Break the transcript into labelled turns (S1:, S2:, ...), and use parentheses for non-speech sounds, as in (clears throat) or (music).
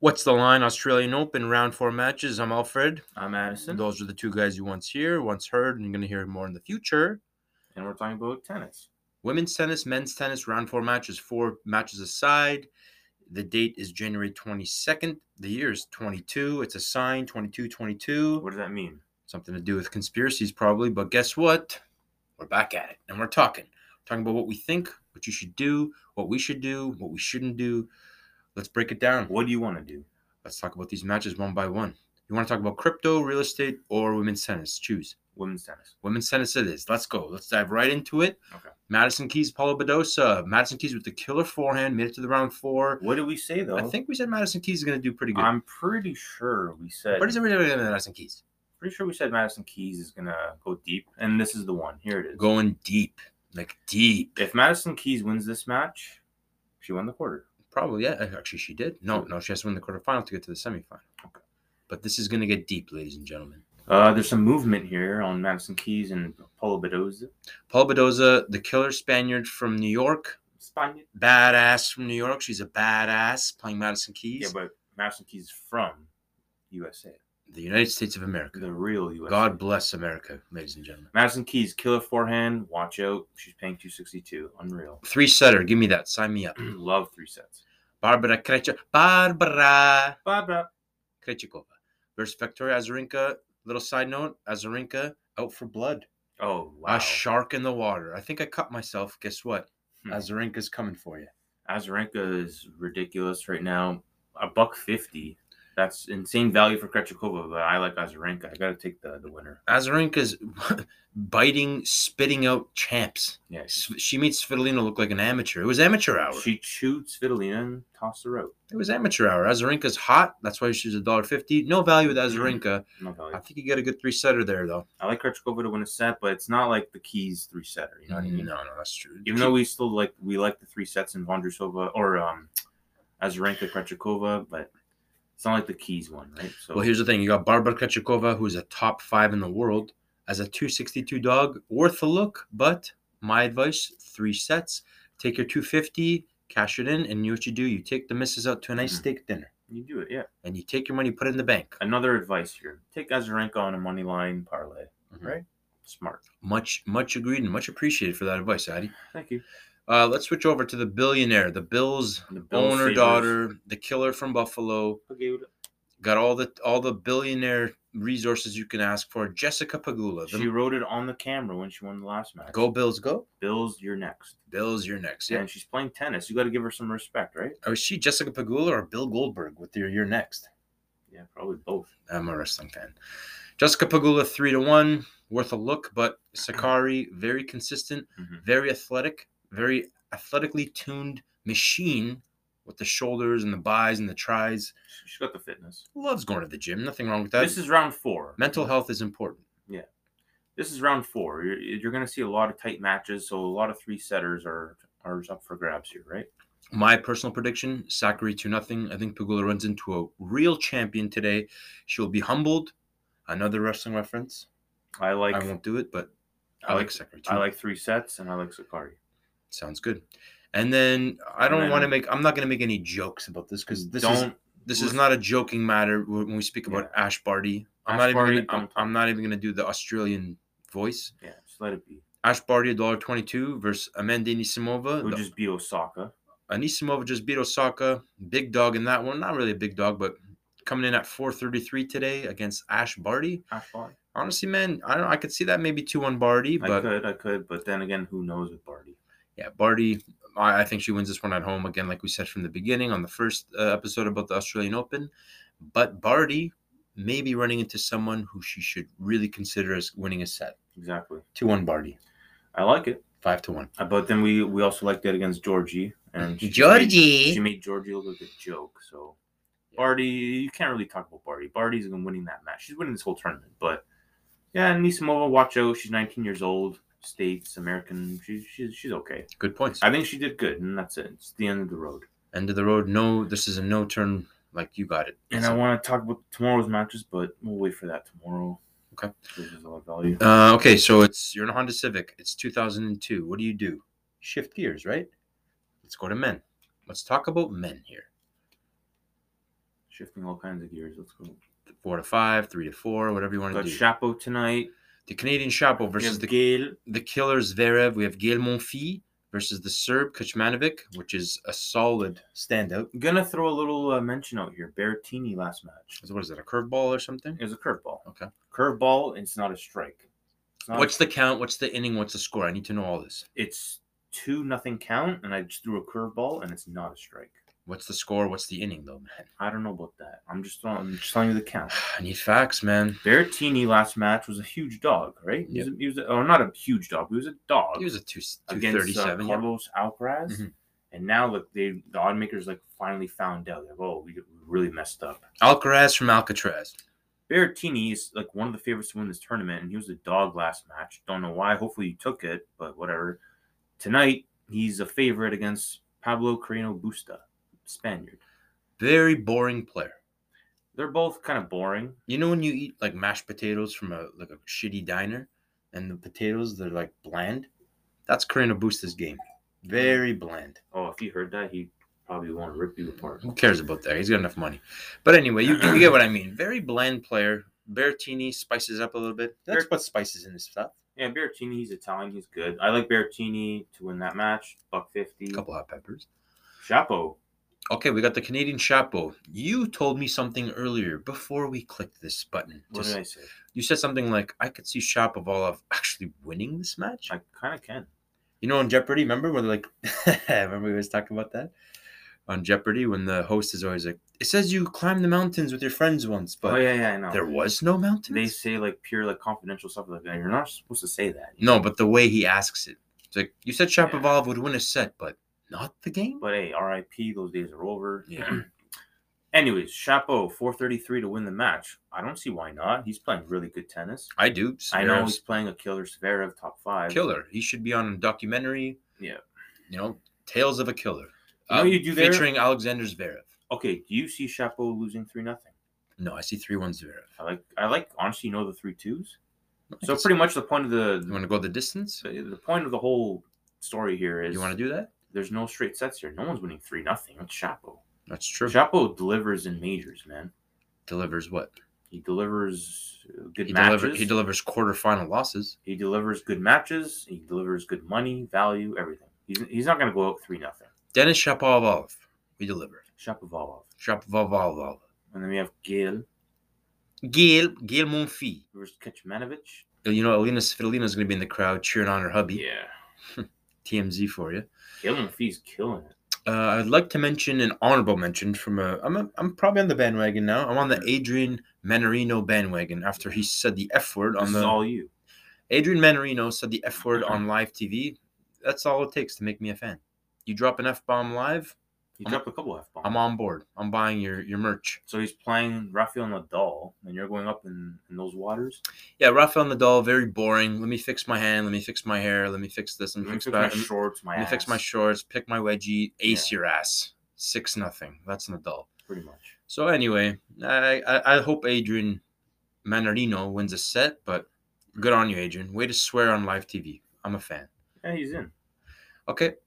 S1: What's the line? Australian Open round four matches. I'm Alfred.
S2: I'm Addison,
S1: And those are the two guys you once hear, once heard, and you're going to hear more in the future.
S2: and we're talking about tennis.
S1: Women's tennis, men's tennis, round four matches, four matches aside. The date is January 22nd. The year is 22. It's a sign 2222.
S2: What does that mean?
S1: Something to do with conspiracies, probably. But guess what? We're back at it. And we're talking. talking about what we think, what you should do, what we should do, what we shouldn't do. Let's break it down.
S2: What do you want to do?
S1: Let's talk about these matches one by one. You want to talk about crypto, real estate, or women's tennis? Choose.
S2: Women's tennis.
S1: Women's tennis it is. Let's go. Let's dive right into it.
S2: Okay.
S1: Madison Keys, Paulo Badosa. Madison Keys with the killer forehand, made it to the round four.
S2: What did we say though?
S1: I think we said Madison Keys is going to do pretty good.
S2: I'm pretty sure we said.
S1: What is everybody doing with Madison Keys?
S2: Pretty sure we said Madison Keys is gonna go deep, and this is the one. Here it is.
S1: Going deep. Like deep.
S2: If Madison Keys wins this match, she won the quarter.
S1: Probably, yeah. Uh, Actually, she did. No, no, she has to win the quarterfinal to get to the semifinal.
S2: Okay.
S1: But this is going to get deep, ladies and gentlemen.
S2: Uh, there's some movement here on Madison Keys and Paulo Badoza.
S1: Paulo Badosa, the killer Spaniard from New York.
S2: Spaniard.
S1: Badass from New York. She's a badass playing Madison Keys.
S2: Yeah, but Madison Keys is from USA,
S1: the United States of America.
S2: the real USA.
S1: God bless America, ladies and gentlemen.
S2: Madison Keys, killer forehand. Watch out. She's paying 262. Unreal. (clears throat)
S1: Three setter, give me that. Sign me up.
S2: Love three sets.
S1: Barbara Krejci- Barbara
S2: Bye bye.
S1: Krejcikova versus Victoria Azarenka. Little side note: Azarenka out for blood.
S2: Oh, wow.
S1: A shark in the water. I think I cut myself. Guess what?
S2: Hmm.
S1: Azarenka's coming for you.
S2: Azarenka is ridiculous right now. A buck 50. That's insane value for Krejcikova, but I like Azarenka. I got to take the, the winner.
S1: Azarenka's (laughs) biting, spitting out champs.
S2: Yeah. She,
S1: S- She meets Svitolina look like an amateur. It was amateur hour.
S2: she shoots Svitolina and tosses her out.
S1: it was amateur hour. Azarenka's hot. That's why she's a dollar fifty. No value with
S2: Mm-hmm.
S1: Azarenka.
S2: No value.
S1: I think you get a good three setter there though.
S2: I like Krejcikova to win a set, but it's not like the Keys three setter. You know what I mean?
S1: Mm, No, no, that's true.
S2: Mm-hmm. Even though we still like we like the three sets in Vondrusova or um Azarenka Krejcikova, but it's not like the Keys one, right? So
S1: well, here's the thing: you got Barbara Krejcikova, who's a top five in the world, as a 262 dog, worth a look. But my advice: three sets, take your 250, cash it in, and you know what you do: you take the misses out to a nice
S2: Mhm.
S1: steak dinner,
S2: you do it, yeah.
S1: and you take your money, put it in the bank.
S2: Another advice here: take Azarenka on a money line parlay.
S1: Mhm.
S2: Right? Smart.
S1: Much, much agreed and much appreciated for that advice, Addy.
S2: Thank you.
S1: Uh, let's switch over to the billionaire, the Bills
S2: And the Bill
S1: owner
S2: Sabres-
S1: daughter, the killer from Buffalo.
S2: Okay, what-
S1: Got all the all the billionaire resources you can ask for. Jessica Pagula,
S2: She
S1: the,
S2: wrote it on the camera when she won the last match.
S1: go Bills, go.
S2: Bills, you're next.
S1: Bills, you're next.
S2: Yeah, and she's playing tennis. You got to give her some respect, right?
S1: Oh, is she Jessica Pagula or Bill Goldberg with your You're Next?
S2: Yeah, probably both.
S1: I'm a wrestling fan. Jessica Pagula, three to one, worth a look, but Sakari, very consistent,
S2: Mhm.
S1: very athletic, very athletically tuned machine with the shoulders and the buys and the tries.
S2: She- She's got the fitness.
S1: Loves going to the gym. Nothing wrong with that.
S2: this is round four.
S1: Mental health is important.
S2: this is round four. You're, you're going to see a lot of tight matches, so a lot of three setters are are up for grabs here, right?
S1: My personal prediction, Sakari to nothing. I think Pagula runs into a real champion today. She'll be humbled. Another wrestling reference.
S2: I like
S1: I won't do it, but I,
S2: I
S1: like
S2: like-
S1: Sakari too.
S2: I like three sets, and I like Sakari.
S1: Sounds good. And then I don't
S2: And
S1: want to
S2: then-
S1: make. I'm not going to make any jokes about this because this is
S2: Don't
S1: this is not a joking matter wh- when we speak about Ash Barty. I'm not
S2: Ash
S1: even. Gonna,
S2: Barty,
S1: I'm,
S2: don't
S1: I'm
S2: talk.
S1: not even going to do the Australian voice.
S2: yeah, just let it be.
S1: Ash Barty, dollar twenty-two versus Amanda Anisimova.
S2: Who
S1: The-
S2: just beat Osaka?
S1: Anisimova just beat Osaka. Big dog in that one. Not really a big dog, but coming in at 4:33 today against Ash Barty.
S2: Ash Barty.
S1: Honestly, man, I don't. I could see that maybe two-one Barty,
S2: I
S1: but
S2: could, I could, but then again, who knows with Barty?
S1: Yeah, Barty, I, I think she wins this one at home again, like we said from the beginning on the first uh, episode about the Australian Open. But Barty may be running into someone who she should really consider as winning a set.
S2: Exactly.
S1: Two one Barty,
S2: I like it,
S1: five to one.
S2: Uh, but then we we also liked it against Georgie, and she made,
S1: Georgie,
S2: she made Georgie look like a joke. So Barty, you can't really talk about Barty. Barty's been winning that match. She's winning this whole tournament, but yeah, Nisimova, watch out. She's 19 years old, states American. She's she's she's okay.
S1: good points.
S2: I think she did good, and that's it. It's the end of the road.
S1: End of the road. No, this is a no turn. Like you got it.
S2: And I
S1: So-
S2: want to talk about tomorrow's matches, but we'll wait for that tomorrow.
S1: Okay.
S2: This is all value.
S1: Uh, okay, so it's you're in a Honda Civic. It's 2002. What do you do? Shift gears, right? Let's go to men. Let's talk about men here.
S2: Shifting all kinds of gears. Let's go.
S1: Four to five, three to four, whatever you want to
S2: Got
S1: do.
S2: Chapo tonight.
S1: the Canadian Chapo
S2: We
S1: versus
S2: have
S1: the
S2: Gale.
S1: the killer Zverev. We have Gail Monfils versus the Serb Kecmanovic, which is a solid standout.
S2: Gonna throw a little uh, mention out here. Berrettini last match.
S1: So What is that, a curveball or something?
S2: It was a curveball.
S1: Okay.
S2: Curveball. It's not a strike. It's not a-
S1: What's the count? What's the inning? What's the score? I need to know all this.
S2: it's two nothing count, and I just threw a curveball, and it's not a strike.
S1: What's the score? What's the inning, though, man? (sighs)
S2: I don't know about that. I'm just throwing, I'm just telling you the count.
S1: I need facts, man.
S2: Berrettini last match was a huge dog, right? He was, a, he was a, oh, not a huge dog. He was a dog
S1: He was a two,
S2: against uh,
S1: 237. yeah.
S2: Carlos Alcaraz,
S1: Mhm.
S2: and now look, they the oddmakers like finally found out like, oh, we really messed up.
S1: Alcaraz from Alcatraz.
S2: Berrettini is like one of the favorites to win this tournament, and he was a dog last match. Don't know why. Hopefully, you took it, but whatever. Tonight, he's a favorite against Pablo Carreno Busta, Spaniard.
S1: Very boring player.
S2: They're both kind of boring.
S1: You know when you eat like mashed potatoes from a like a shitty diner, and the potatoes they're like bland. That's Karina Busta's game. Very bland.
S2: Oh, if he heard that, he probably want to rip you apart.
S1: Who cares about that? He's got enough money. But anyway, you, you get what I mean. Very bland player. Berrettini spices up a little bit. That's
S2: Berret-
S1: what spices in his stuff.
S2: Yeah, Berrettini, he's Italian. He's good. I like Berrettini to win that match. Buck fifty.
S1: A couple hot peppers.
S2: Chapo.
S1: Okay, we got the Canadian Chapo. You told me something earlier before we clicked this button.
S2: What
S1: Just-
S2: did I say?
S1: you said something like, "I could see Shapovalov actually winning this match."
S2: I kind of can.
S1: You know, on Jeopardy, remember when like (laughs) remember we was talking about that on Jeopardy when the host is always like, "It says you climbed the mountains with your friends once, but
S2: oh yeah, yeah, I know.
S1: there was no
S2: They
S1: mountains."
S2: say like pure like confidential stuff like that. You're not supposed to say that.
S1: No, but the way he asks it, it's like you said Shapovalov would win a set, but not the game.
S2: But hey, RIP. Those days are over.
S1: Yeah.
S2: (clears throat) Anyways, Chapo, four thirty three to win the match. I don't see why not. He's playing really good tennis.
S1: I do.
S2: I know
S1: Zverev's
S2: he's playing a killer Zverev top five.
S1: killer. He should be on a documentary.
S2: Yeah.
S1: You know, Tales of a Killer. Um,
S2: You know what you do there?
S1: featuring Alexander Zverev.
S2: Okay, do you see Chapo losing three nothing?
S1: No, I see three one Zverev.
S2: I like I like honestly you know the three twos. So pretty much the point of the
S1: You want to go the distance?
S2: the, the point of the whole story here is
S1: You want to do that?
S2: there's no straight sets here. No one's winning three nothing. It's Chapo.
S1: That's true.
S2: Chapo delivers in majors, man.
S1: delivers what?
S2: He delivers uh, good
S1: He,
S2: matches.
S1: deliver, he delivers quarterfinal losses.
S2: he delivers good matches. He delivers good money, value, everything. He's, he's not going to go out three nothing.
S1: Dennis Shapovalov, we deliver.
S2: Shapovalov,
S1: Shapovalov.
S2: and then we have Gil
S1: Gail, Gail Monfi.
S2: versus Kecmanovic.
S1: Uh, You know, Alina Svitolina's going to be in the crowd cheering on her hubby. TMZ for you.
S2: Gil Monfils killing it.
S1: Uh, I'd like to mention an honorable mention from a. I'm, a, I'm probably on the bandwagon now. I'm on the Adrian Manorino bandwagon after he said the F word
S2: This
S1: on
S2: is
S1: the.
S2: all you.
S1: Adrian Manorino said the F word on live TV. That's all it takes to make me a fan. You drop an F bomb live,
S2: He
S1: I'm-
S2: dropped a couple f bombs.
S1: I'm on board. I'm buying your, your merch.
S2: So he's playing Rafael Nadal, and you're going up in, in those waters.
S1: Yeah, Rafael Nadal, very boring. Let me fix my hand. Let me fix my hair. Let me fix this. Let
S2: Let
S1: me
S2: me
S1: fix
S2: fix
S1: that.
S2: my
S1: Let me-
S2: shorts, my
S1: let me
S2: ass.
S1: fix my shorts. Pick my wedgie. Ace
S2: Yeah.
S1: your ass. Six nothing. That's Nadal.
S2: Pretty much.
S1: So anyway, I, I I hope Adrian Manarino wins a set, but good on you, Adrian. Way to swear on live TV. I'm a fan.
S2: Yeah, he's in.
S1: Okay,